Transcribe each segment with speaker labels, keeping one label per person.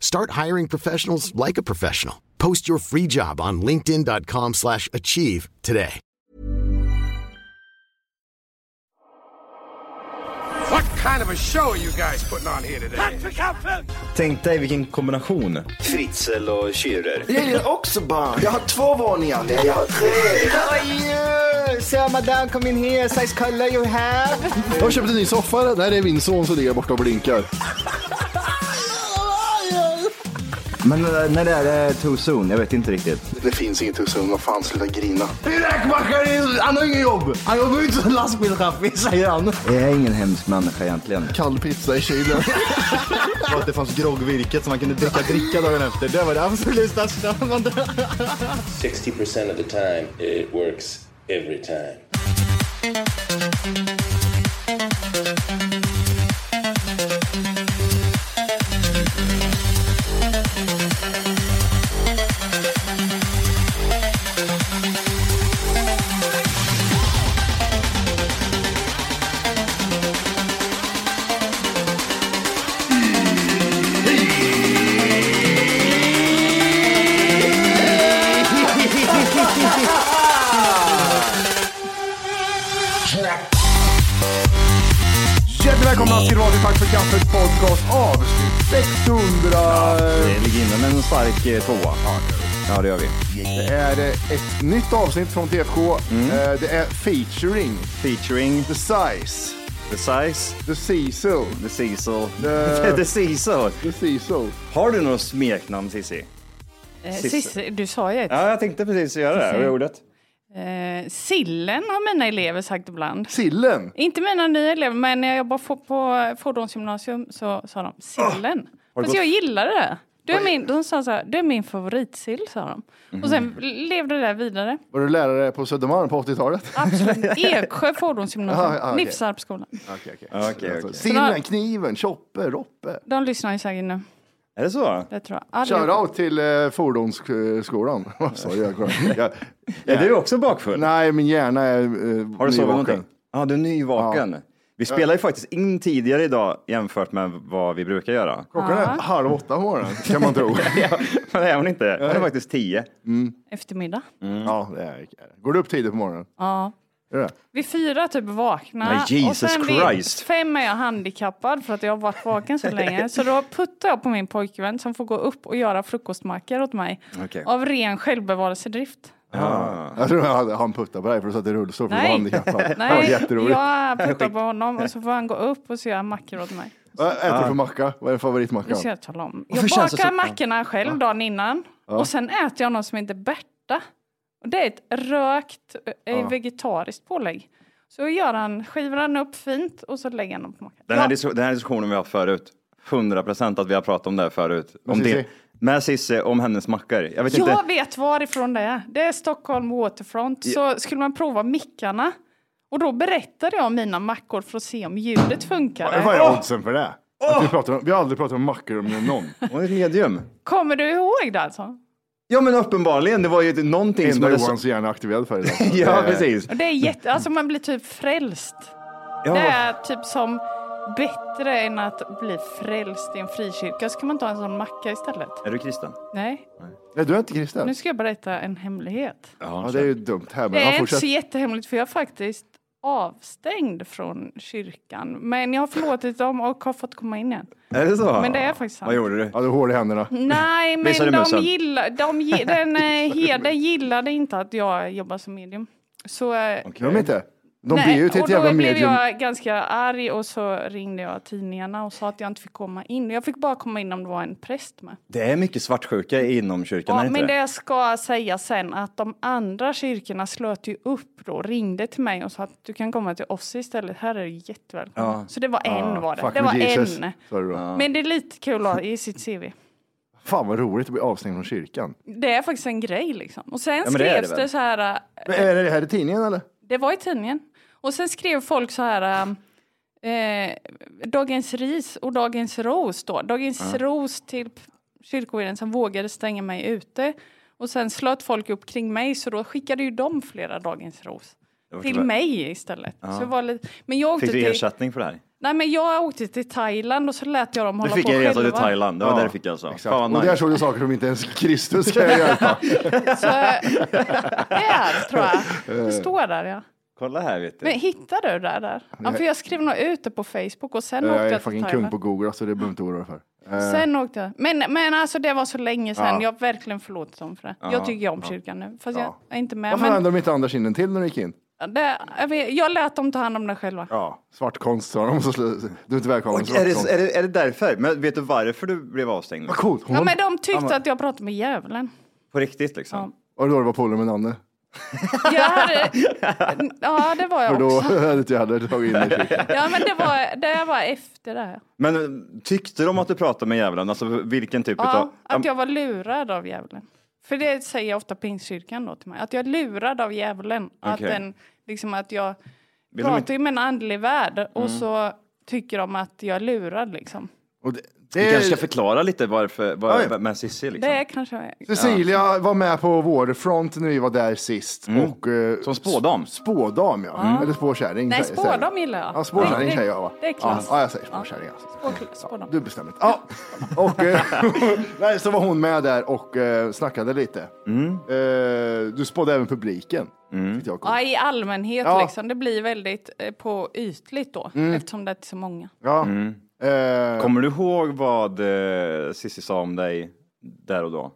Speaker 1: Start hiring professionals like a professional. Post your free job on linkedin.com/achieve slash achieve today.
Speaker 2: What kind of a show are you guys putting on here today?
Speaker 3: Tänk dig vilken kombination.
Speaker 4: Fritzl och Schürrer.
Speaker 5: Jag gillar också barn. Jag har två våningar. Nej, jag har tre.
Speaker 6: How are you? Sir, madame, come in here. Size color you have.
Speaker 7: Jag har köpt en ny soffa. Det här är min son som ligger borta och blinkar.
Speaker 3: Men eh, när det är det too soon? Jag vet inte riktigt.
Speaker 5: Det finns inget hos honom. Vad fan, sluta grina.
Speaker 7: Räkmackaren, han har inget jobb. Han jobbar ju inte som lastbilschaffis, säger han.
Speaker 3: Jag är ingen hemsk människa egentligen.
Speaker 7: Kall pizza i kylen.
Speaker 3: Och att det fanns groggvirket som man kunde dricka dricka dagen efter. Det var det absolut största.
Speaker 4: 60% of the time, it works every time.
Speaker 2: Hjärtligt välkomna ska du vara till Tack för kaffet podcast avsnitt 600.
Speaker 3: Det ligger inne med en stark eh, tvåa. Ja, det gör vi.
Speaker 2: Det är eh, ett nytt avsnitt från TFK.
Speaker 3: Mm.
Speaker 2: Eh, Det är featuring
Speaker 3: Featuring
Speaker 2: The Size,
Speaker 3: The Size,
Speaker 2: The Cecil,
Speaker 3: The Cecil.
Speaker 2: The-
Speaker 3: The Cecil.
Speaker 2: The Cecil.
Speaker 3: Har du något smeknamn Cissi?
Speaker 8: Eh,
Speaker 3: Sissi.
Speaker 8: Sissi, du sa ju ett.
Speaker 3: Ja, jag tänkte precis göra det. Här.
Speaker 8: Cissi.
Speaker 3: Vad är ordet?
Speaker 8: Eh, sillen har mina elever sagt ibland.
Speaker 2: Sillen.
Speaker 8: Inte mina nya elever, men när jag jobbade på, på fordonsgymnasium så sa de sillen.
Speaker 7: Ah,
Speaker 8: Fast
Speaker 3: gått-
Speaker 8: jag gillade det. Du är min, de sa så här, du är min favoritsill, sa de. Och sen
Speaker 7: Mm.
Speaker 8: levde det där vidare.
Speaker 7: Var du lärare på Södermalm på 80-talet?
Speaker 8: Absolut. Eksjö fordonsgymnasium,
Speaker 7: Ja, ja, okej.
Speaker 8: Nifsarpsskolan.
Speaker 7: Okej,
Speaker 3: Ja, okej, okej.
Speaker 7: Sillen, kniven, choppe, roppe.
Speaker 8: De lyssnar ju säkert nu.
Speaker 3: Är det så?
Speaker 8: Det tror jag. Allihopa.
Speaker 7: Shoutout till eh, fordonsskolan. Vad sa jag? Jag-
Speaker 3: Är du också bakfull?
Speaker 7: Nej, min hjärna är eh,
Speaker 3: Har du sovit
Speaker 7: nyvaken.
Speaker 3: någonting? Ja, du är nyvaken. Vi spelar ju faktiskt in tidigare idag jämfört med vad vi brukar göra.
Speaker 7: Klockan är halv åtta på morgonen, kan man tro.
Speaker 3: Ja, men det är hon inte. Hon är faktiskt tio.
Speaker 8: Eftermiddag.
Speaker 7: Ja, det är Går du upp tidigt på morgonen?
Speaker 8: Ja.
Speaker 7: Gör det?
Speaker 8: Vid fyra typ vakna.
Speaker 3: Nej, Jesus
Speaker 8: och sen vid
Speaker 3: Christ.
Speaker 8: fem är jag handikappad för att jag har varit vaken så länge. Så då puttar jag på min pojkvän som får gå upp och göra frukostmackor åt mig.
Speaker 3: Okej.
Speaker 8: Av ren självbevarelsedrift.
Speaker 3: Ah.
Speaker 7: Jag tror han, han puttade på dig för att du satt i rullstol för du var handikappad. Det var
Speaker 8: Nej,
Speaker 7: jätteroligt.
Speaker 8: jag puttar på honom och så får han gå upp och så gör han mackor åt mig.
Speaker 7: Vad äter du för macka? Vad är din
Speaker 8: Det ska
Speaker 7: favoritmacka?
Speaker 8: jag tala om. Jag
Speaker 3: känns det
Speaker 8: bakar
Speaker 3: så-
Speaker 8: mackorna själv dagen innan och sen äter jag något som heter Berta. Och det är ett rökt eh, vegetariskt pålägg. Så gör han, skivar han upp fint och så lägger han dem på mackan.
Speaker 3: Den, här dis- den här diskussionen vi har haft förut. 100 procent att vi har pratat om det här förut. Om
Speaker 7: Cissi?
Speaker 3: det, med Cissi om hennes mackor. Jag vet
Speaker 8: Jag
Speaker 3: inte.
Speaker 8: vet varifrån det är. Det är Stockholm Waterfront. Så skulle man prova mickarna. Och då berättade jag om mina mackor för att se om ljudet
Speaker 7: Vad
Speaker 8: funkade.
Speaker 7: är oddsen för det? Att vi, pratar om, vi har aldrig pratat om mackor med någon.
Speaker 3: Hon är ett medium.
Speaker 8: Kommer du ihåg det alltså?
Speaker 3: Ja men uppenbarligen, det var ju någonting
Speaker 2: Liksom
Speaker 3: som
Speaker 7: Enda
Speaker 3: hade...
Speaker 7: Johans hjärna aktiverad för idag.
Speaker 2: Eh,
Speaker 3: Ja precis.
Speaker 8: Och Eh, Det är jätte... Alltså man blir typ frälst. Det
Speaker 3: Mm. Ja.
Speaker 8: är typ som bättre än att bli frälst i en frikyrka. Ska man inte ha en sån macka istället?
Speaker 3: Är du kristen?
Speaker 8: Nej,
Speaker 7: Nej, du är inte
Speaker 8: nu
Speaker 7: kristen?
Speaker 8: ska jag berätta en hemlighet.
Speaker 7: Ja, det är ju dumt här.
Speaker 8: Det
Speaker 7: Men
Speaker 8: är
Speaker 7: ja,
Speaker 8: inte
Speaker 7: fortsätt.
Speaker 8: så jättehemligt för jag är faktiskt avstängd från kyrkan. Men jag har förlåtit dem och har fått komma in igen.
Speaker 3: Är det så?
Speaker 8: Men det är faktiskt sant.
Speaker 3: Vad gjorde du?
Speaker 7: Ja, du har hål i händerna.
Speaker 8: Nej, men
Speaker 3: Visade
Speaker 8: de
Speaker 3: musen.
Speaker 8: gillar, de, gi- den eh, herden gillade inte att jag jobbar som medium. Så eh,
Speaker 7: Gör de inte?
Speaker 2: De blir ju till ett
Speaker 8: och
Speaker 2: jävla
Speaker 8: då blev
Speaker 2: medium.
Speaker 8: jag ganska arg och så ringde jag tidningarna och sa att jag inte fick komma in. Jag fick bara komma in om det var en präst med.
Speaker 3: Det är mycket svartsjuka inom kyrkan, är
Speaker 8: Ja,
Speaker 3: det inte
Speaker 8: men
Speaker 3: det?
Speaker 8: det ska säga sen att de andra kyrkorna slöt ju upp då, ringde till mig och sa att du kan komma till oss istället, här är du jättevälkommen.
Speaker 2: Ja.
Speaker 8: Så det var en var det.
Speaker 2: Fuck
Speaker 8: Det
Speaker 2: with
Speaker 8: var
Speaker 2: Jesus,
Speaker 8: en.
Speaker 2: sa du då.
Speaker 8: Men det är lite kul att ha i sitt CV.
Speaker 2: Fan vad roligt att bli avstängd från kyrkan.
Speaker 8: Det är faktiskt en grej liksom. Och sen
Speaker 3: men det är det
Speaker 8: skrevs det,
Speaker 3: väl.
Speaker 8: så här, äh,
Speaker 2: Men Är det här i tidningen eller?
Speaker 8: det var i tidningen. Och sen skrev folk så här, äh, eh, Dagens ris och Dagens ros då. Dagens ros till p- kyrkoherden som vågade stänga mig ute. Och sen slöt folk upp kring mig så då skickade ju de flera Dagens ros.
Speaker 3: var
Speaker 8: Till
Speaker 3: tyvärr-
Speaker 8: mig istället. Så det var lite... Men jag åkte
Speaker 3: Fick du
Speaker 8: till...
Speaker 3: ersättning för det här?
Speaker 8: Nej men jag åkte till Thailand och så lät jag dem
Speaker 3: Du
Speaker 8: hålla
Speaker 3: fick
Speaker 8: på
Speaker 3: en resa till
Speaker 8: själva.
Speaker 3: Thailand, det var det du fick alltså.
Speaker 2: Exakt.
Speaker 3: Fan,
Speaker 2: och
Speaker 3: vad
Speaker 2: där
Speaker 3: nice.
Speaker 2: såg du saker som inte ens Kristus kan hjälpa.
Speaker 8: Så, där Eh, tror jag. Det står där ja.
Speaker 3: Kolla här vet
Speaker 8: Men
Speaker 3: du.
Speaker 8: hittade du det där? Ja, för jag skrev nog ut det på Facebook och sen åkte
Speaker 2: Jag är
Speaker 8: jag till
Speaker 2: fucking kung
Speaker 8: Thailand.
Speaker 2: på Google så det behöver du inte oroa dig för. Eh,
Speaker 8: Sen åkte jag. Men, men alltså det var så länge sedan.
Speaker 2: Ja.
Speaker 8: Jag har verkligen förlåtit dem för det. jag tycker ju om kyrkan nu. Fast
Speaker 2: Ja.
Speaker 8: jag är inte med.
Speaker 2: Varför
Speaker 8: Men
Speaker 2: använde de inte andra kinden till när du gick in?
Speaker 8: det, jag, vet, jag lät dem ta hand om det själva.
Speaker 2: Ja, svartkonst sa de. Så sl- du är inte välkommen.
Speaker 3: Och är,
Speaker 2: svartkonst.
Speaker 3: det, är, det, är det därför? Men vet du varför du blev avstängd?
Speaker 2: Vad coolt. Hon
Speaker 8: Ja,
Speaker 2: var-
Speaker 8: men de tyckte att jag pratade med djävulen.
Speaker 3: På riktigt liksom?
Speaker 2: Var det då du var polare med Nanne?
Speaker 8: Jag hade, ja, det var
Speaker 2: För
Speaker 8: jag
Speaker 2: då
Speaker 8: också.
Speaker 2: hade inte jag heller tagit in dig i kyrkan.
Speaker 8: Ja, men det var, det var efter det. här.
Speaker 3: Men eh, tyckte de att du pratade med djävulen? Alltså vilken typ
Speaker 8: Ja,
Speaker 3: utav...
Speaker 8: att jag var lurad av djävulen. För det säger ofta pingstkyrkan då till mig. Att jag är lurad av djävulen. Att,
Speaker 3: Okej.
Speaker 8: den, liksom att jag
Speaker 3: Vill de
Speaker 8: pratar
Speaker 3: inte-
Speaker 8: ju med en andlig värld och
Speaker 2: Mm.
Speaker 8: så tycker de att jag är lurad liksom.
Speaker 2: Och det,
Speaker 3: Du
Speaker 2: det
Speaker 3: kanske ska
Speaker 2: är,
Speaker 3: förklara lite varför,
Speaker 2: Ja,
Speaker 3: var,
Speaker 2: ja.
Speaker 3: med Cissi
Speaker 8: Det
Speaker 3: liksom?
Speaker 8: är kanske...
Speaker 2: Cecilia var med på vår front när vi var där sist. Och, eh,
Speaker 3: Mm. Som spådam. Mm.
Speaker 2: s- Spådam ja, eller spåkärring.
Speaker 8: Nej,
Speaker 2: sä- säger-
Speaker 8: spådam gillar jag.
Speaker 2: Ja, spårkärring
Speaker 8: Det-
Speaker 2: säger jag va?
Speaker 8: Det är
Speaker 2: ja,
Speaker 8: klass.
Speaker 2: ja, jag säger spårkärring alltså.
Speaker 8: Spå- Spådam.
Speaker 2: Du bestämmer. Ja. Och, eh, nej, så var hon med där och eh, snackade lite.
Speaker 3: Mm.
Speaker 2: Eh, du spådde även publiken. tyckte jag var coolt.
Speaker 8: Ja, i allmänhet
Speaker 2: Ja. Mm.
Speaker 8: liksom. Det blir väldigt eh, på ytligt då. Eftersom det är så många.
Speaker 2: Ja.
Speaker 3: Mm.
Speaker 2: Eh,
Speaker 3: Kommer du ihåg vad eh, Cissi sa om dig där och då?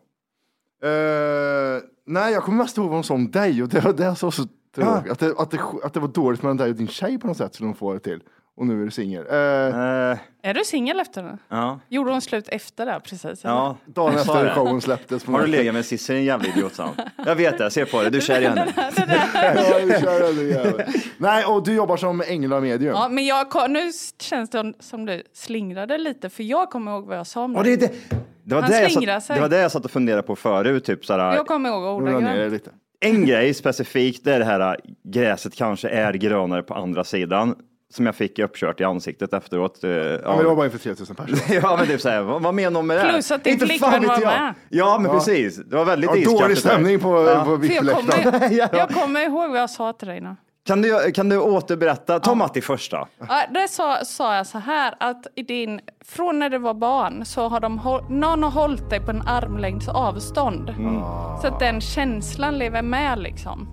Speaker 2: eh, nej, jag kommer mest ihåg vad hon sa om dig och det var det jag sa så
Speaker 3: Ah.
Speaker 2: tråkigt. Att, det, att, det, att det var dåligt mellan dig och din tjej på något sätt som hon får det till. Och nu är du singel. Eh,
Speaker 3: Eh,
Speaker 8: Är du singel efter det?
Speaker 3: ja.
Speaker 8: Gjorde hon slut efter det här precis? eller?
Speaker 3: ja.
Speaker 2: dagen
Speaker 3: jag sa
Speaker 2: efter
Speaker 3: det.
Speaker 2: showen släpptes. på
Speaker 3: Har du
Speaker 2: nätet.
Speaker 3: legat med Cissi, en jävla idiot sa han. Jag vet det, jag ser på dig, du är kär i henne.
Speaker 2: Ja, du kör den, jävel. Nej, och du jobbar som änglamedium.
Speaker 8: Ja, men jag, ko- nu känns det som du slingrade lite, för jag kommer ihåg vad jag sa om
Speaker 3: Ja,
Speaker 8: dig.
Speaker 3: det, det, det, var
Speaker 8: Han
Speaker 3: det, jag
Speaker 8: slingrar
Speaker 3: satt,
Speaker 8: sig.
Speaker 3: det var det jag satt och funderade på förut. Typ, såhär,
Speaker 8: Jag kommer ihåg
Speaker 2: Rulla ner det
Speaker 8: ordagrant.
Speaker 2: lite.
Speaker 3: En grej specifikt det är det här äh, gräset kanske är grönare på andra sidan som jag fick uppkört i ansiktet efteråt. eh,
Speaker 2: Ja,
Speaker 3: av-
Speaker 2: men det var bara inför 3000 personer.
Speaker 3: Ja men typ såhär, vad, vad menar hon med det? här?
Speaker 8: Plus att din
Speaker 3: Inte
Speaker 8: flickvän
Speaker 3: fan vet
Speaker 8: var
Speaker 3: jag.
Speaker 8: med.
Speaker 3: Ja men precis, det var väldigt
Speaker 2: Ja,
Speaker 3: iskallt.
Speaker 2: dålig
Speaker 3: det där.
Speaker 2: stämning på, på
Speaker 8: För jag,
Speaker 2: VIP-läktaren.
Speaker 8: kommer, jag kommer ihåg vad jag sa till dig nu.
Speaker 3: Kan du, kan du återberätta? Ta Matti först då.
Speaker 8: Ja, det sa, sa jag så här att i din, från när du var barn så har de håll, någon har hållit dig på en armlängds avstånd. Så att den känslan lever med liksom.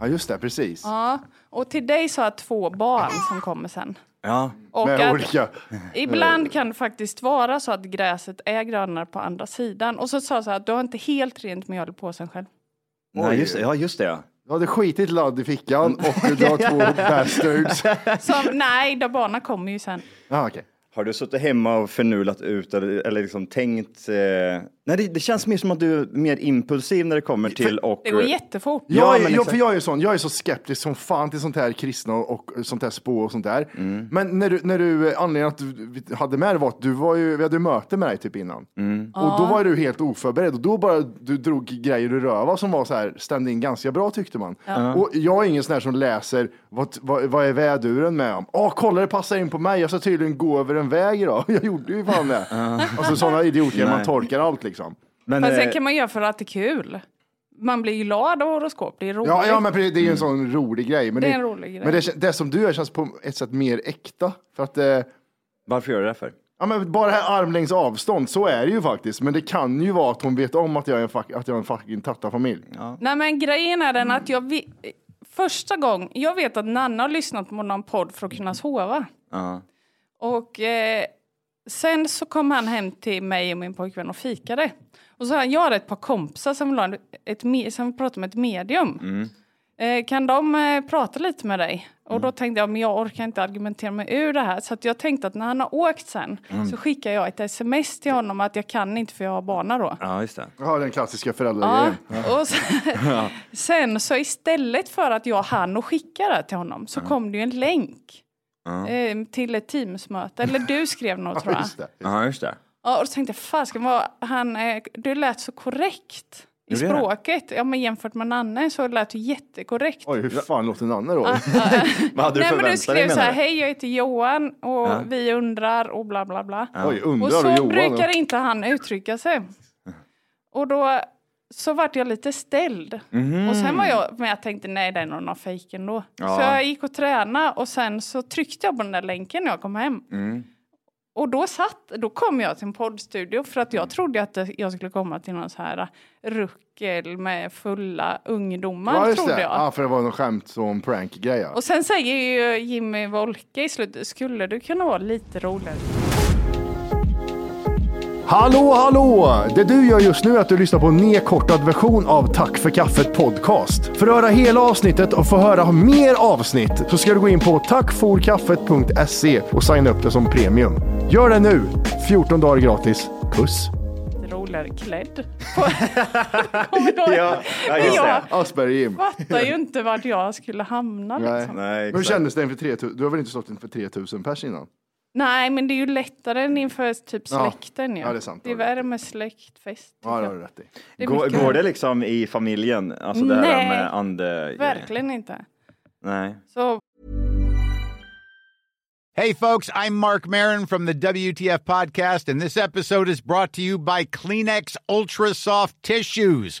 Speaker 2: Ja, just det, precis.
Speaker 8: Ja. Och till dig sa jag två barn som kommer sen.
Speaker 3: Ja.
Speaker 8: Och
Speaker 2: Med
Speaker 8: att-
Speaker 2: olika...
Speaker 8: Ibland kan det faktiskt vara så att gräset är grönare på andra sidan. Och så sa jag så här, du har inte helt rent mjöl i påsen själv.
Speaker 3: Nej, just, ja just det ja.
Speaker 2: Du hade skitit ladd i fickan och du har två bastards.
Speaker 8: Som, nej, de barnen kommer ju sen.
Speaker 2: Ja, okej.
Speaker 3: Har du suttit hemma och förnulat ut eller, eller liksom tänkt? Eh... Nej det, det känns mer som att du är mer impulsiv när det kommer till och...
Speaker 8: Det går jättefort.
Speaker 3: Ja,
Speaker 2: Jag, liksom.
Speaker 3: men
Speaker 2: är- jag,
Speaker 3: exakt.
Speaker 2: för jag är sån, jag är så skeptisk som fan till sånt här kristna och sånt här spå och sånt där.
Speaker 3: Mm.
Speaker 2: Men när du, när du, anledningen att du vi hade med det var att du var ju, vi hade ju möte med dig typ innan.
Speaker 3: Mm.
Speaker 2: Och då var du helt oförberedd och då bara du drog grejer ur röva som var så här stand in ganska bra tyckte man. Och jag är ingen sån här som läser vad, vad, vad är väduren med om? Åh, kolla det passar in på mig, jag ska tydligen gå över en väg idag. Jag gjorde ju fan det. Alltså sådana idiotgrejer, man
Speaker 3: Nej.
Speaker 2: torkar allt liksom.
Speaker 3: Men,
Speaker 8: Men
Speaker 3: eh,
Speaker 8: sen kan man göra för att det är kul. Man blir ju glad av horoskop, det är roligt.
Speaker 2: Ja, ja men precis, det är ju en sån rolig grej. Men
Speaker 8: Det är en rolig grej.
Speaker 2: Men det, kän- det som du gör känns på ett sätt mer äkta. För att, eh,
Speaker 3: Varför gör du det för?
Speaker 2: ja, men bara det här armlängds avstånd, så är det ju faktiskt. Men det kan ju vara att hon vet om att jag är en, fuck, att jag är en fucking tattarfamilj.
Speaker 8: Nej, men grejen är den att jag... Vi, första gången... Jag vet att Nanna har lyssnat på någon podd för att kunna sova.
Speaker 3: Ja.
Speaker 8: Och eh, sen så kom han hem till mig och min pojkvän och fikade. Och så sa han, jag har ett par kompisar som, vill ha en- ett, me- som pratar om ett medium. Eh, kan de eh, prata lite med dig? Och då tänkte jag, men jag orkar inte argumentera mig ur det här. Så att jag tänkte att när han har åkt sen så skickar jag ett sms till honom att jag kan inte för jag har barna då.
Speaker 3: Ja, just det.
Speaker 2: Ja, den klassiska
Speaker 8: Ja,
Speaker 2: föräldragrejen.
Speaker 8: och sen, sen så istället för att jag hann och skicka det till honom så kom det ju en länk eh, till ett teamsmöte. Eller du skrev något tror jag.
Speaker 2: Just det.
Speaker 3: Ja, just det.
Speaker 8: Ja, och då tänkte jag, fasken vad han, eh, du lät så korrekt i
Speaker 3: Gjorde jag det?
Speaker 8: språket. Ja, men jämfört med Nanne så lät du jättekorrekt.
Speaker 2: Oj, hur fan låter Nanne då?
Speaker 8: Ah,
Speaker 3: Vad hade du
Speaker 8: Nej, men du
Speaker 3: förväntat dig
Speaker 8: skrev så här,
Speaker 3: menar du?
Speaker 8: hej jag heter Johan och vi undrar och bla bla bla.
Speaker 2: Oj,
Speaker 8: Och
Speaker 2: undrar
Speaker 8: så
Speaker 2: Mm. du Johan?
Speaker 8: brukar inte han uttrycka sig. Och då så vart jag lite ställd.
Speaker 2: Mhm.
Speaker 8: Och sen var jag, men jag tänkte nej det är nog någon fejk ändå. Så jag gick och tränade och sen så tryckte jag på den där länken när jag kom hem.
Speaker 2: Mm.
Speaker 8: Och då satt, då kom jag till en poddstudio för att
Speaker 2: Mm.
Speaker 8: jag trodde att det- jag skulle komma till någon så här ruckel med fulla ungdomar
Speaker 2: Ja, just
Speaker 8: trodde
Speaker 2: det.
Speaker 8: jag.
Speaker 2: Ja, för det var någon skämt som prank-grej. ja.
Speaker 8: Och sen säger ju Jimmy Wolke i slutet, skulle du kunna vara lite roligare?
Speaker 2: Hallå, hallå! Det du gör just nu är att du lyssnar på en nedkortad version av Tack för kaffet podcast. För att höra hela avsnittet och få höra mer avsnitt så ska du gå in på tackforkaffet.se och signa upp det som premium. Gör det nu! 14 dagar gratis. Puss!
Speaker 8: Lite roligare klädd. Kommer
Speaker 3: Ja,
Speaker 8: då-
Speaker 3: ja,
Speaker 8: Men
Speaker 3: just
Speaker 8: jag
Speaker 3: det.
Speaker 2: Asperger Jim.
Speaker 8: fattar ju inte vart jag skulle hamna
Speaker 2: Nej.
Speaker 8: liksom. Nej.
Speaker 3: Nej,
Speaker 2: Hur
Speaker 3: exakt.
Speaker 2: kändes det inför 3000? Du har väl inte stått inför 3000 pers innan?
Speaker 8: men det är ju lättare än inför typ
Speaker 2: Ja.
Speaker 8: släkten ju.
Speaker 2: Ja, det är sant.
Speaker 8: Det är värre med släktfest.
Speaker 2: Ja, det har du rätt i.
Speaker 8: Det är
Speaker 3: Går,
Speaker 8: mycket
Speaker 3: går
Speaker 8: värre.
Speaker 3: det liksom i familjen? Alltså det här
Speaker 8: Nej.
Speaker 3: med ande...
Speaker 8: Verkligen inte.
Speaker 3: Nej.
Speaker 8: Så
Speaker 9: Hey, folks, I'm Mark Marin from the WTF Podcast, and this episode is brought to you by Kleenex Ultra Soft Tissues,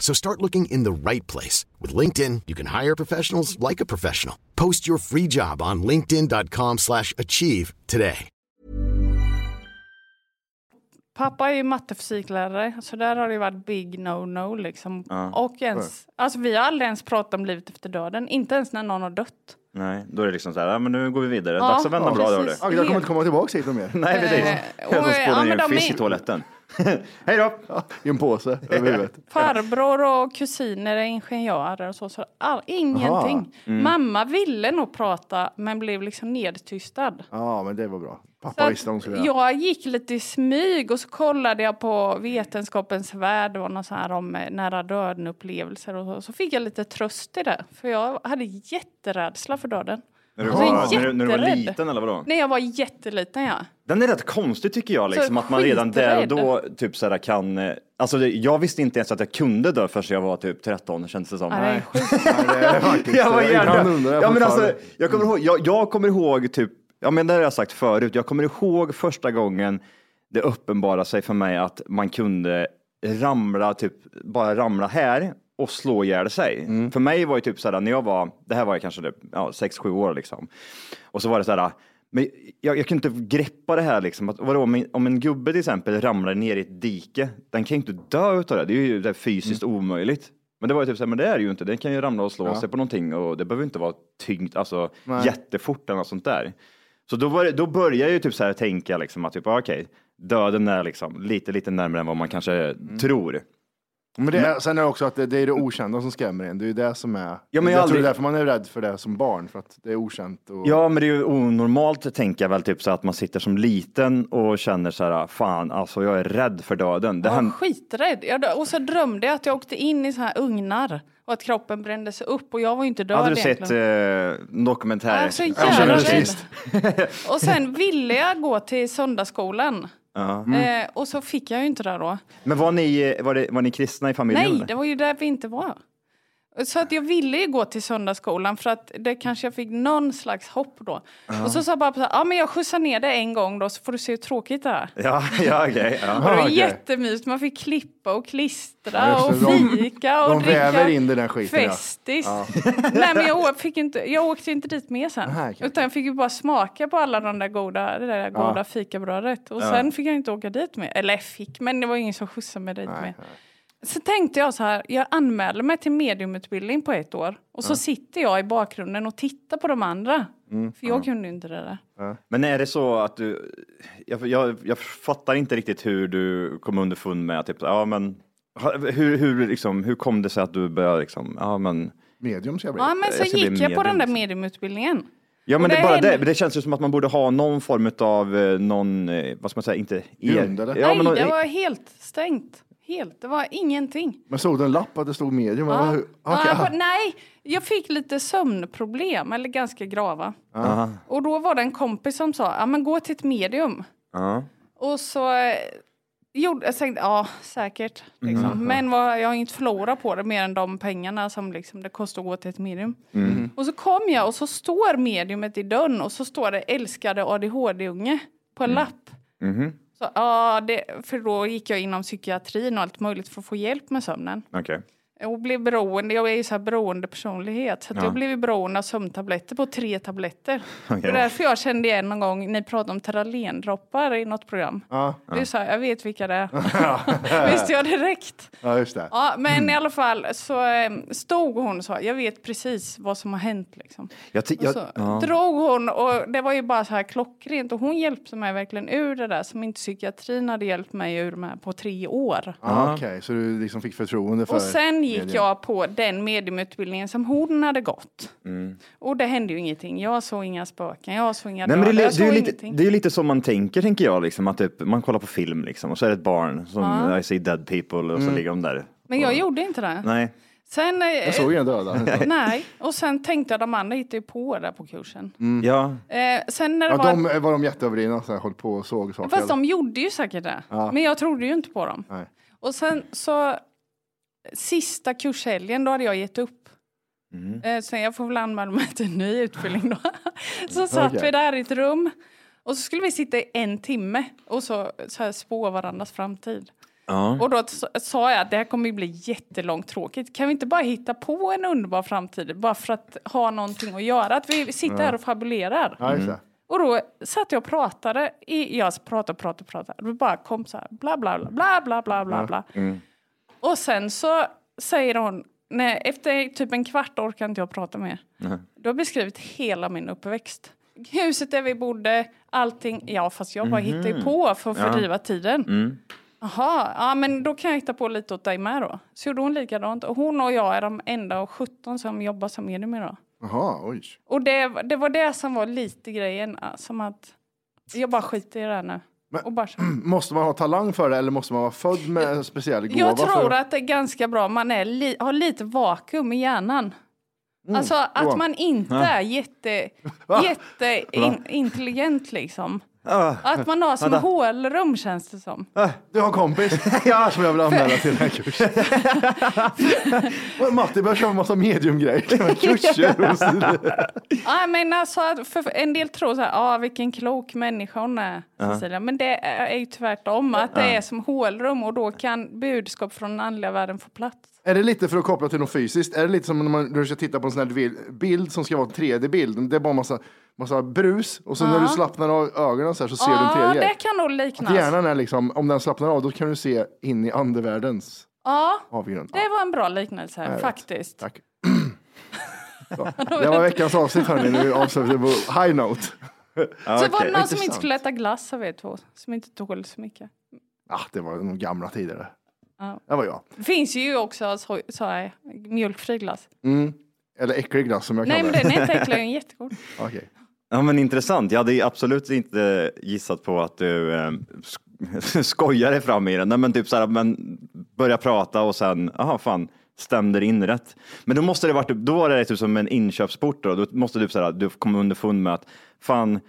Speaker 1: So start looking in the right place. With LinkedIn, you can hire professionals like a professional. Post your free job on linkedin.com/achieve slash achieve today.
Speaker 8: pappa är ju mattefysiklärare så där har det ju varit big no-no liksom. Och ens, alltså vi har aldrig ens pratat om livet efter döden, inte ens när någon har dött.
Speaker 3: Nej, då är det liksom så här, ja, men nu går vi vidare. Dags att vända
Speaker 8: ja,
Speaker 3: blad, hördu.
Speaker 8: precis.
Speaker 2: Agda kommer inte komma tillbaka hit någon mer.
Speaker 3: Nej, precis.
Speaker 8: Eh,
Speaker 3: Jag
Speaker 8: och,
Speaker 3: som
Speaker 8: ja,
Speaker 3: spolar ner
Speaker 8: men
Speaker 3: en
Speaker 8: de
Speaker 3: fisk
Speaker 8: är-
Speaker 3: i toaletten. Hej då!
Speaker 2: I en påse över huvudet.
Speaker 8: Farbror och kusiner är ingenjörer och så. så all, ingenting.
Speaker 3: Mm.
Speaker 8: Mamma ville nog prata men blev liksom nedtystad.
Speaker 2: Ja, men det var bra.
Speaker 8: Så
Speaker 2: Pappa
Speaker 8: att
Speaker 2: visste vad hon skulle göra.
Speaker 8: jag gick lite i smyg och så kollade jag på Vetenskapens värld och något så här om eh, nära döden upplevelser och så. så fick jag lite tröst i det för jag hade jätterädsla för döden.
Speaker 3: När du,
Speaker 8: Alltså,
Speaker 3: var, när, du, när du var
Speaker 8: jätterädd.
Speaker 3: liten eller vadå?
Speaker 8: När jag var jätteliten ja.
Speaker 3: Den är rätt konstig tycker jag, liksom,
Speaker 8: Så
Speaker 3: att man redan där och då
Speaker 8: skiträdd.
Speaker 3: typ så här, kan... eh, Alltså det, jag visste inte ens att jag kunde dö förrän jag var typ 13 kändes det som.
Speaker 8: Ja, det är sjukt.
Speaker 3: jag var
Speaker 2: Ibland
Speaker 3: gärna.
Speaker 2: undrar jag
Speaker 3: Ja, men alltså,
Speaker 2: fortfarande.
Speaker 3: jag, kommer ihåg, jag, jag kommer ihåg typ, ja men det har jag sagt förut, jag kommer ihåg första gången det uppenbarade sig för mig att man kunde ramla, typ bara ramla här och slå ihjäl sig.
Speaker 8: Mm.
Speaker 3: För mig var ju typ såhär, när jag var, det här var jag kanske typ, ja, 6-7 år liksom. Och så var det såhär, men jag, jag kunde inte greppa det här liksom. Att, vadå, om, en, om en gubbe till exempel ramlar ner i ett dike, den kan ju inte dö utav det. Det är ju det är fysiskt omöjligt. Men det var ju typ så här, men det är det ju inte. Den kan ju ramla och slå sig på någonting och det behöver inte vara tyngt, alltså jättefort eller något sånt där. Så då, var, det- då började jag ju typ så här tänka liksom att typ, ah, okej, döden är liksom lite, lite närmare än vad man kanske tror.
Speaker 2: Men det är, sen är det också att det, det är det okända som skrämmer en. Det är ju det som är...
Speaker 3: jag
Speaker 2: jag tror
Speaker 3: aldrig-
Speaker 2: det är därför man är rädd för det som barn, för att det är okänt. Och...
Speaker 3: Ja, men det är ju onormalt tänker jag väl, typ så här att man sitter som liten och känner så här, fan alltså jag är rädd för döden. Det
Speaker 8: Jag var
Speaker 3: hän-
Speaker 8: skiträdd. Jag, dö- och så drömde jag att jag åkte in i så här ugnar och att kroppen brändes upp och jag var ju inte död
Speaker 3: Hade du
Speaker 8: egentligen.
Speaker 3: sett eh, dokumentär?
Speaker 8: Jag är så
Speaker 3: Jag känner
Speaker 8: jävla
Speaker 3: det
Speaker 8: rädd.
Speaker 3: sist.
Speaker 8: Och sen ville jag gå till söndagsskolan.
Speaker 3: Ja.
Speaker 8: Eh, och så fick jag ju inte det då.
Speaker 3: Men var ni, var, det, var ni kristna i familjen?
Speaker 8: Nej,
Speaker 3: eller?
Speaker 8: det var ju där vi inte var. Så att jag ville ju gå till söndagsskolan för att det kanske jag fick någon slags hopp då.
Speaker 3: Ja.
Speaker 8: Och så sa pappa så här, ja men jag skjutsar ner dig en gång då så får du se hur tråkigt det är.
Speaker 3: Ja, ja okej.
Speaker 8: Och
Speaker 3: Ja.
Speaker 8: det var jättemysigt, man fick klippa och klistra
Speaker 3: Ja,
Speaker 8: och
Speaker 3: just det. De-
Speaker 8: fika och
Speaker 2: de
Speaker 8: dricka.
Speaker 2: väver in den där skiten, ja.
Speaker 8: Festis.
Speaker 2: Ja.
Speaker 8: Nej men jag, å- fick inte, jag åkte inte dit med sen.
Speaker 2: Nej, okej.
Speaker 8: Utan jag fick ju bara smaka på alla de där goda, det där
Speaker 2: Ja.
Speaker 8: goda fikabrödet. Och
Speaker 2: Ja.
Speaker 8: sen fick jag inte åka dit med. Eller fick, men det var ingen som skjutsade mig dit med. Så tänkte jag så här, jag anmäler mig till mediumutbildning på ett år. Och så
Speaker 3: Ja.
Speaker 8: sitter jag i bakgrunden och tittar på de andra.
Speaker 3: Mm,
Speaker 8: För jag
Speaker 3: ja.
Speaker 8: kunde ju inte det där.
Speaker 3: Ja. Men är det så att du, jag, jag, jag fattar inte riktigt hur du kom underfund med, typ, ja men, hur, hur, liksom, hur kom det sig att du började liksom, ja men.
Speaker 2: Medium ska jag
Speaker 8: Ja, men så
Speaker 3: ska bli
Speaker 8: gick jag på den
Speaker 3: medium.
Speaker 8: där mediumutbildningen.
Speaker 3: Ja, men
Speaker 8: Och
Speaker 3: det,
Speaker 8: det
Speaker 3: är bara
Speaker 8: hände-
Speaker 3: det, men det känns ju som att man borde ha någon form av någon, eh, vad ska man säga, inte
Speaker 2: Grund, eller?
Speaker 3: Ja, men,
Speaker 8: Nej,
Speaker 3: någon-
Speaker 8: det var helt stängt. Helt. Det var ingenting.
Speaker 2: Men såg du en lapp att det stod medium?
Speaker 8: Ja.
Speaker 2: Eller hur?
Speaker 8: Ja,
Speaker 2: Okej.
Speaker 8: på- nej, jag fick lite sömnproblem, eller ganska grava.
Speaker 2: Ja.
Speaker 8: Och då var det en kompis som sa, ja men gå till ett medium.
Speaker 3: Ja.
Speaker 8: Och så eh, gjorde, jag tänkte, ja säkert. Liksom.
Speaker 3: Mhm.
Speaker 8: Men vad, jag har inte förlorat på det mer än de pengarna som liksom, det kostar att gå till ett medium.
Speaker 3: Mm.
Speaker 8: Och så kom jag och så står mediumet i dörren och så står det älskade ADHD-unge på en lapp.
Speaker 3: Mhm.
Speaker 8: Så, ja, det, för då gick jag inom psykiatrin och allt möjligt för att få hjälp med sömnen.
Speaker 3: Okej.
Speaker 8: Och blev beroende, jag är ju så här beroende personlighet så att
Speaker 3: Ja.
Speaker 8: jag blev ju beroende av sömntabletter på tre tabletter.
Speaker 3: Okej.
Speaker 8: Det är därför jag kände igen någon gång, ni pratade om Terralendroppar i något program.
Speaker 2: Ja.
Speaker 8: Det är så här, jag vet vilka det är.
Speaker 2: Ja.
Speaker 8: Visste jag direkt.
Speaker 2: Ja, just det.
Speaker 8: Ja, men i alla fall så eh, stod hon och sa, jag vet precis vad som har hänt liksom.
Speaker 3: Jag ty-
Speaker 8: Och
Speaker 3: jag-
Speaker 8: så
Speaker 3: ja.
Speaker 8: drog hon och det var ju bara så här klockrent och hon hjälpte mig verkligen ur det där som inte psykiatrin hade hjälpt mig ur med på tre år.
Speaker 2: Ja, Okej, så du liksom fick förtroende för
Speaker 8: Och sen gick
Speaker 2: medium.
Speaker 8: jag på den mediumutbildningen som hon hade gått.
Speaker 3: Mm.
Speaker 8: Och det hände ju ingenting. Jag såg inga spöken, jag såg inga
Speaker 3: Nej, men det, är,
Speaker 8: döda,
Speaker 3: li-
Speaker 8: jag
Speaker 3: det,
Speaker 8: såg
Speaker 3: är ju lite,
Speaker 8: ingenting.
Speaker 3: det är ju lite som man tänker, tänker jag, liksom, att typ, man kollar på film liksom, och så är det ett barn som
Speaker 8: Ja.
Speaker 3: I see dead people och så
Speaker 8: Mm.
Speaker 3: ligger de där.
Speaker 8: Men jag gjorde inte det.
Speaker 3: Nej.
Speaker 8: Sen, jag
Speaker 3: inga döda.
Speaker 8: Nej, och sen tänkte jag de andra hittade ju på där på kursen.
Speaker 3: Ja.
Speaker 8: Eh, sen när det
Speaker 2: Ja,
Speaker 8: var...
Speaker 2: de eh, var de jätteöverdrivna, så här, höll på och såg saker.
Speaker 8: Fast de gjorde ju säkert det.
Speaker 2: Ja.
Speaker 8: Men jag trodde ju inte på dem.
Speaker 2: Nej.
Speaker 8: Och sen så sista kurshelgen, då hade jag gett upp.
Speaker 2: Mm.
Speaker 8: Eh, sen jag får väl anmäla mig till en ny utbildning då. så satt
Speaker 10: Okej.
Speaker 8: vi där i ett rum och så skulle vi sitta i en timme och så, så här spå varandras framtid.
Speaker 3: Ja.
Speaker 8: Och då t- sa jag att det här kommer ju bli jättelångt tråkigt. Kan vi inte bara hitta på en underbar framtid bara för att ha någonting att göra? Att vi sitter
Speaker 2: Ja.
Speaker 8: här och fabulerar.
Speaker 2: Ja, just det.
Speaker 8: Och då satt jag och pratade. I, jag pratade och pratade och pratade. Det bara kom så här bla bla bla bla bla bla bla. bla.
Speaker 3: Mm.
Speaker 8: Och sen så säger hon, nej, efter typ en kvart orkar inte jag prata mer.
Speaker 3: Nej.
Speaker 8: Du har beskrivit hela min uppväxt. Huset där vi bodde, allting. Ja, fast jag bara
Speaker 3: Mhm.
Speaker 8: hittade ju på för att
Speaker 3: Ja.
Speaker 8: fördriva tiden.
Speaker 3: Mm.
Speaker 8: Jaha, ja, men då kan jag hitta på lite åt dig med då. Så gjorde hon likadant. Och hon och jag är de enda och 17 som jobbar som medium idag.
Speaker 2: Jaha, oj.
Speaker 8: Och det, det var det som var lite grejen, ah, som att jag bara skiter i det här nu. och bara kör.
Speaker 2: Måste man ha talang för det eller måste man vara född med en speciell gåva?
Speaker 8: jag tror
Speaker 2: för...
Speaker 8: att det är ganska bra om man är li, har lite vakuum i hjärnan.
Speaker 2: Mm,
Speaker 8: Alltså att
Speaker 2: Johan.
Speaker 8: man inte
Speaker 2: Ja.
Speaker 8: är jätte,
Speaker 2: Va?
Speaker 8: jätte in, intelligent liksom.
Speaker 3: Ah.
Speaker 8: Att man har som
Speaker 2: Vänta.
Speaker 8: hålrum känns det som.
Speaker 2: Äh, Du har en kompis ja. som jag vill anmäla till den här kursen. Och Matti börjar köra en massa mediumgrejer. Kurser och sådär.
Speaker 8: Ja, men alltså, att- för en del tror så här, ah, vilken klok människa hon är,
Speaker 2: Ja.
Speaker 8: Cecilia. Men det är är ju tvärtom, att det
Speaker 2: Ja.
Speaker 8: är som hålrum och då kan budskap från den andliga världen få plats.
Speaker 2: Är det lite för att koppla till något fysiskt? Är det lite som när man när du ska titta på en sån här vil- bild som ska vara en 3D-bild? Det är bara massa, massa brus och så
Speaker 8: Ja.
Speaker 2: när du slappnar av ögonen så, här så ser du en
Speaker 8: Ja,
Speaker 2: 3D.
Speaker 8: det kan nog
Speaker 2: Att
Speaker 8: liknas.
Speaker 2: hjärnan är liksom, om den slappnar av då kan du se in i andevärldens
Speaker 8: Ja,
Speaker 2: avgrund.
Speaker 8: det var en bra liknelse
Speaker 2: Jag vet.
Speaker 8: faktiskt.
Speaker 2: Tack. Det var veckans avsnitt hörni, nu avslutar vi på high note.
Speaker 8: Så var det någon som inte skulle äta glass av er två, som inte tål så mycket.
Speaker 2: Ah, det var de gamla tiderna.
Speaker 8: Ja.
Speaker 2: Det var jag.
Speaker 8: Det finns ju också så, så här, mjölkfri glass.
Speaker 2: Mm. Eller äcklig glass som jag
Speaker 8: Nej,
Speaker 2: kallar
Speaker 8: men den är inte äcklig, den är jättegod.
Speaker 2: Okej.
Speaker 3: Ja men intressant. Jag hade ju absolut inte gissat på att du eh, sk- skojar dig fram i den. Nej, men typ så här, men börja prata och sen, jaha fan, stämde det in rätt? Men då måste det liksom varit, då var det typ som en inköpsport då. Då måste du så här, du kom underfund med att fan,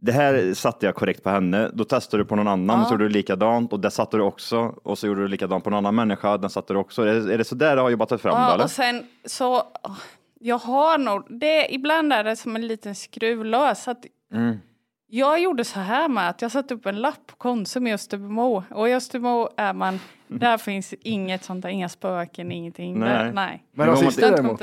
Speaker 3: det här satte jag korrekt på henne. Då testade du på någon annan
Speaker 8: Ja.
Speaker 3: och så gjorde du likadant och där satte du också och så gjorde du likadant på någon annan människa. Den satte du också. Är det, är det så där du har jobbat dig fram då,
Speaker 8: Ja,
Speaker 3: eller?
Speaker 8: och sen så, åh, jag har nog, det, ibland är det som en liten skruvlös. så Att
Speaker 3: Mm.
Speaker 8: jag gjorde så här med att jag satte upp en lapp, Konsum i Östermo. Och i Östermo är man, där finns inget sånt där, inga spöken, ingenting.
Speaker 3: Nej.
Speaker 8: Där, nej.
Speaker 2: Men rasister däremot.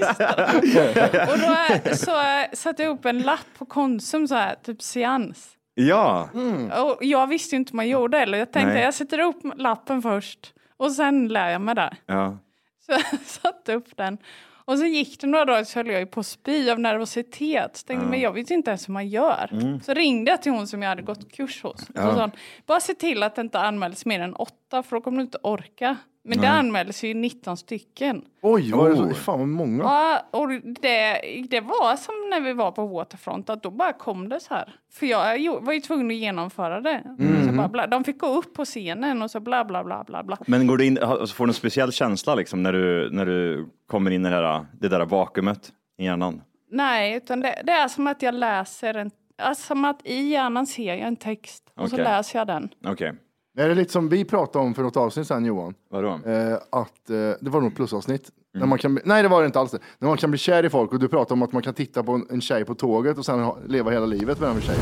Speaker 8: Och då är, så eh, satte jag upp en lapp på Konsum så här, typ seans.
Speaker 3: Ja.
Speaker 8: Mm. Och jag visste ju inte hur man gjorde eller jag tänkte
Speaker 3: Mm. Nej.
Speaker 8: jag sätter upp lappen först och sen lär jag mig det.
Speaker 3: ja.
Speaker 8: Så jag satte upp den. Och sen gick det några dagar så höll jag ju på att spy av nervositet. Så tänkte,
Speaker 3: Ja.
Speaker 8: men jag vet ju inte ens hur man gör.
Speaker 3: Mm.
Speaker 8: Så ringde jag till hon som jag hade gått kurs hos.
Speaker 3: Ja.
Speaker 8: Så sa hon, bara se till att det inte anmäls mer än åtta för då kommer du inte orka. Men det
Speaker 2: Nej.
Speaker 8: anmäldes ju 19 stycken.
Speaker 2: Oj, var det
Speaker 3: Oh.
Speaker 2: så? Fan vad många.
Speaker 8: Ja, och det, det var som när vi var på Waterfront, att då bara kom det så här. För jag jo- var ju tvungen att genomföra det. Så bara, bla, de fick gå upp på scenen och så bla bla bla bla bla.
Speaker 3: Men går du in, har- alltså får du en speciell känsla liksom när du, när du kommer in i det, här, det där vakuumet i hjärnan?
Speaker 8: Nej, utan det, det är som att jag läser en... Alltså som att i hjärnan ser jag en text och så
Speaker 2: Okej.
Speaker 8: läser jag den.
Speaker 3: Okej.
Speaker 2: Det är lite som vi pratade om för något avsnitt sedan Johan.
Speaker 3: Vadå?
Speaker 2: Eh, att, eh, det var nog plusavsnitt. När man kan bli, nej det var det inte alls. det. När man kan bli kär i folk och du pratade om att man kan titta på en, en tjej på tåget och sen ha, leva hela livet med den tjejen.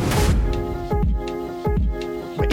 Speaker 2: Men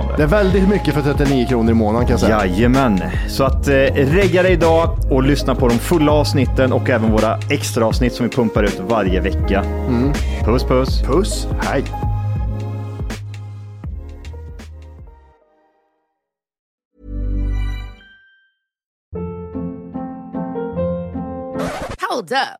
Speaker 3: det.
Speaker 2: Det är väldigt mycket för 39 kronor i månaden kan jag säga.
Speaker 3: Jajamän, så att eh, regga dig idag och lyssna på de fulla avsnitten och även våra extra avsnitt som vi pumpar ut varje vecka.
Speaker 2: Mm.
Speaker 3: Puss puss!
Speaker 2: Puss, hej!
Speaker 11: Hold up.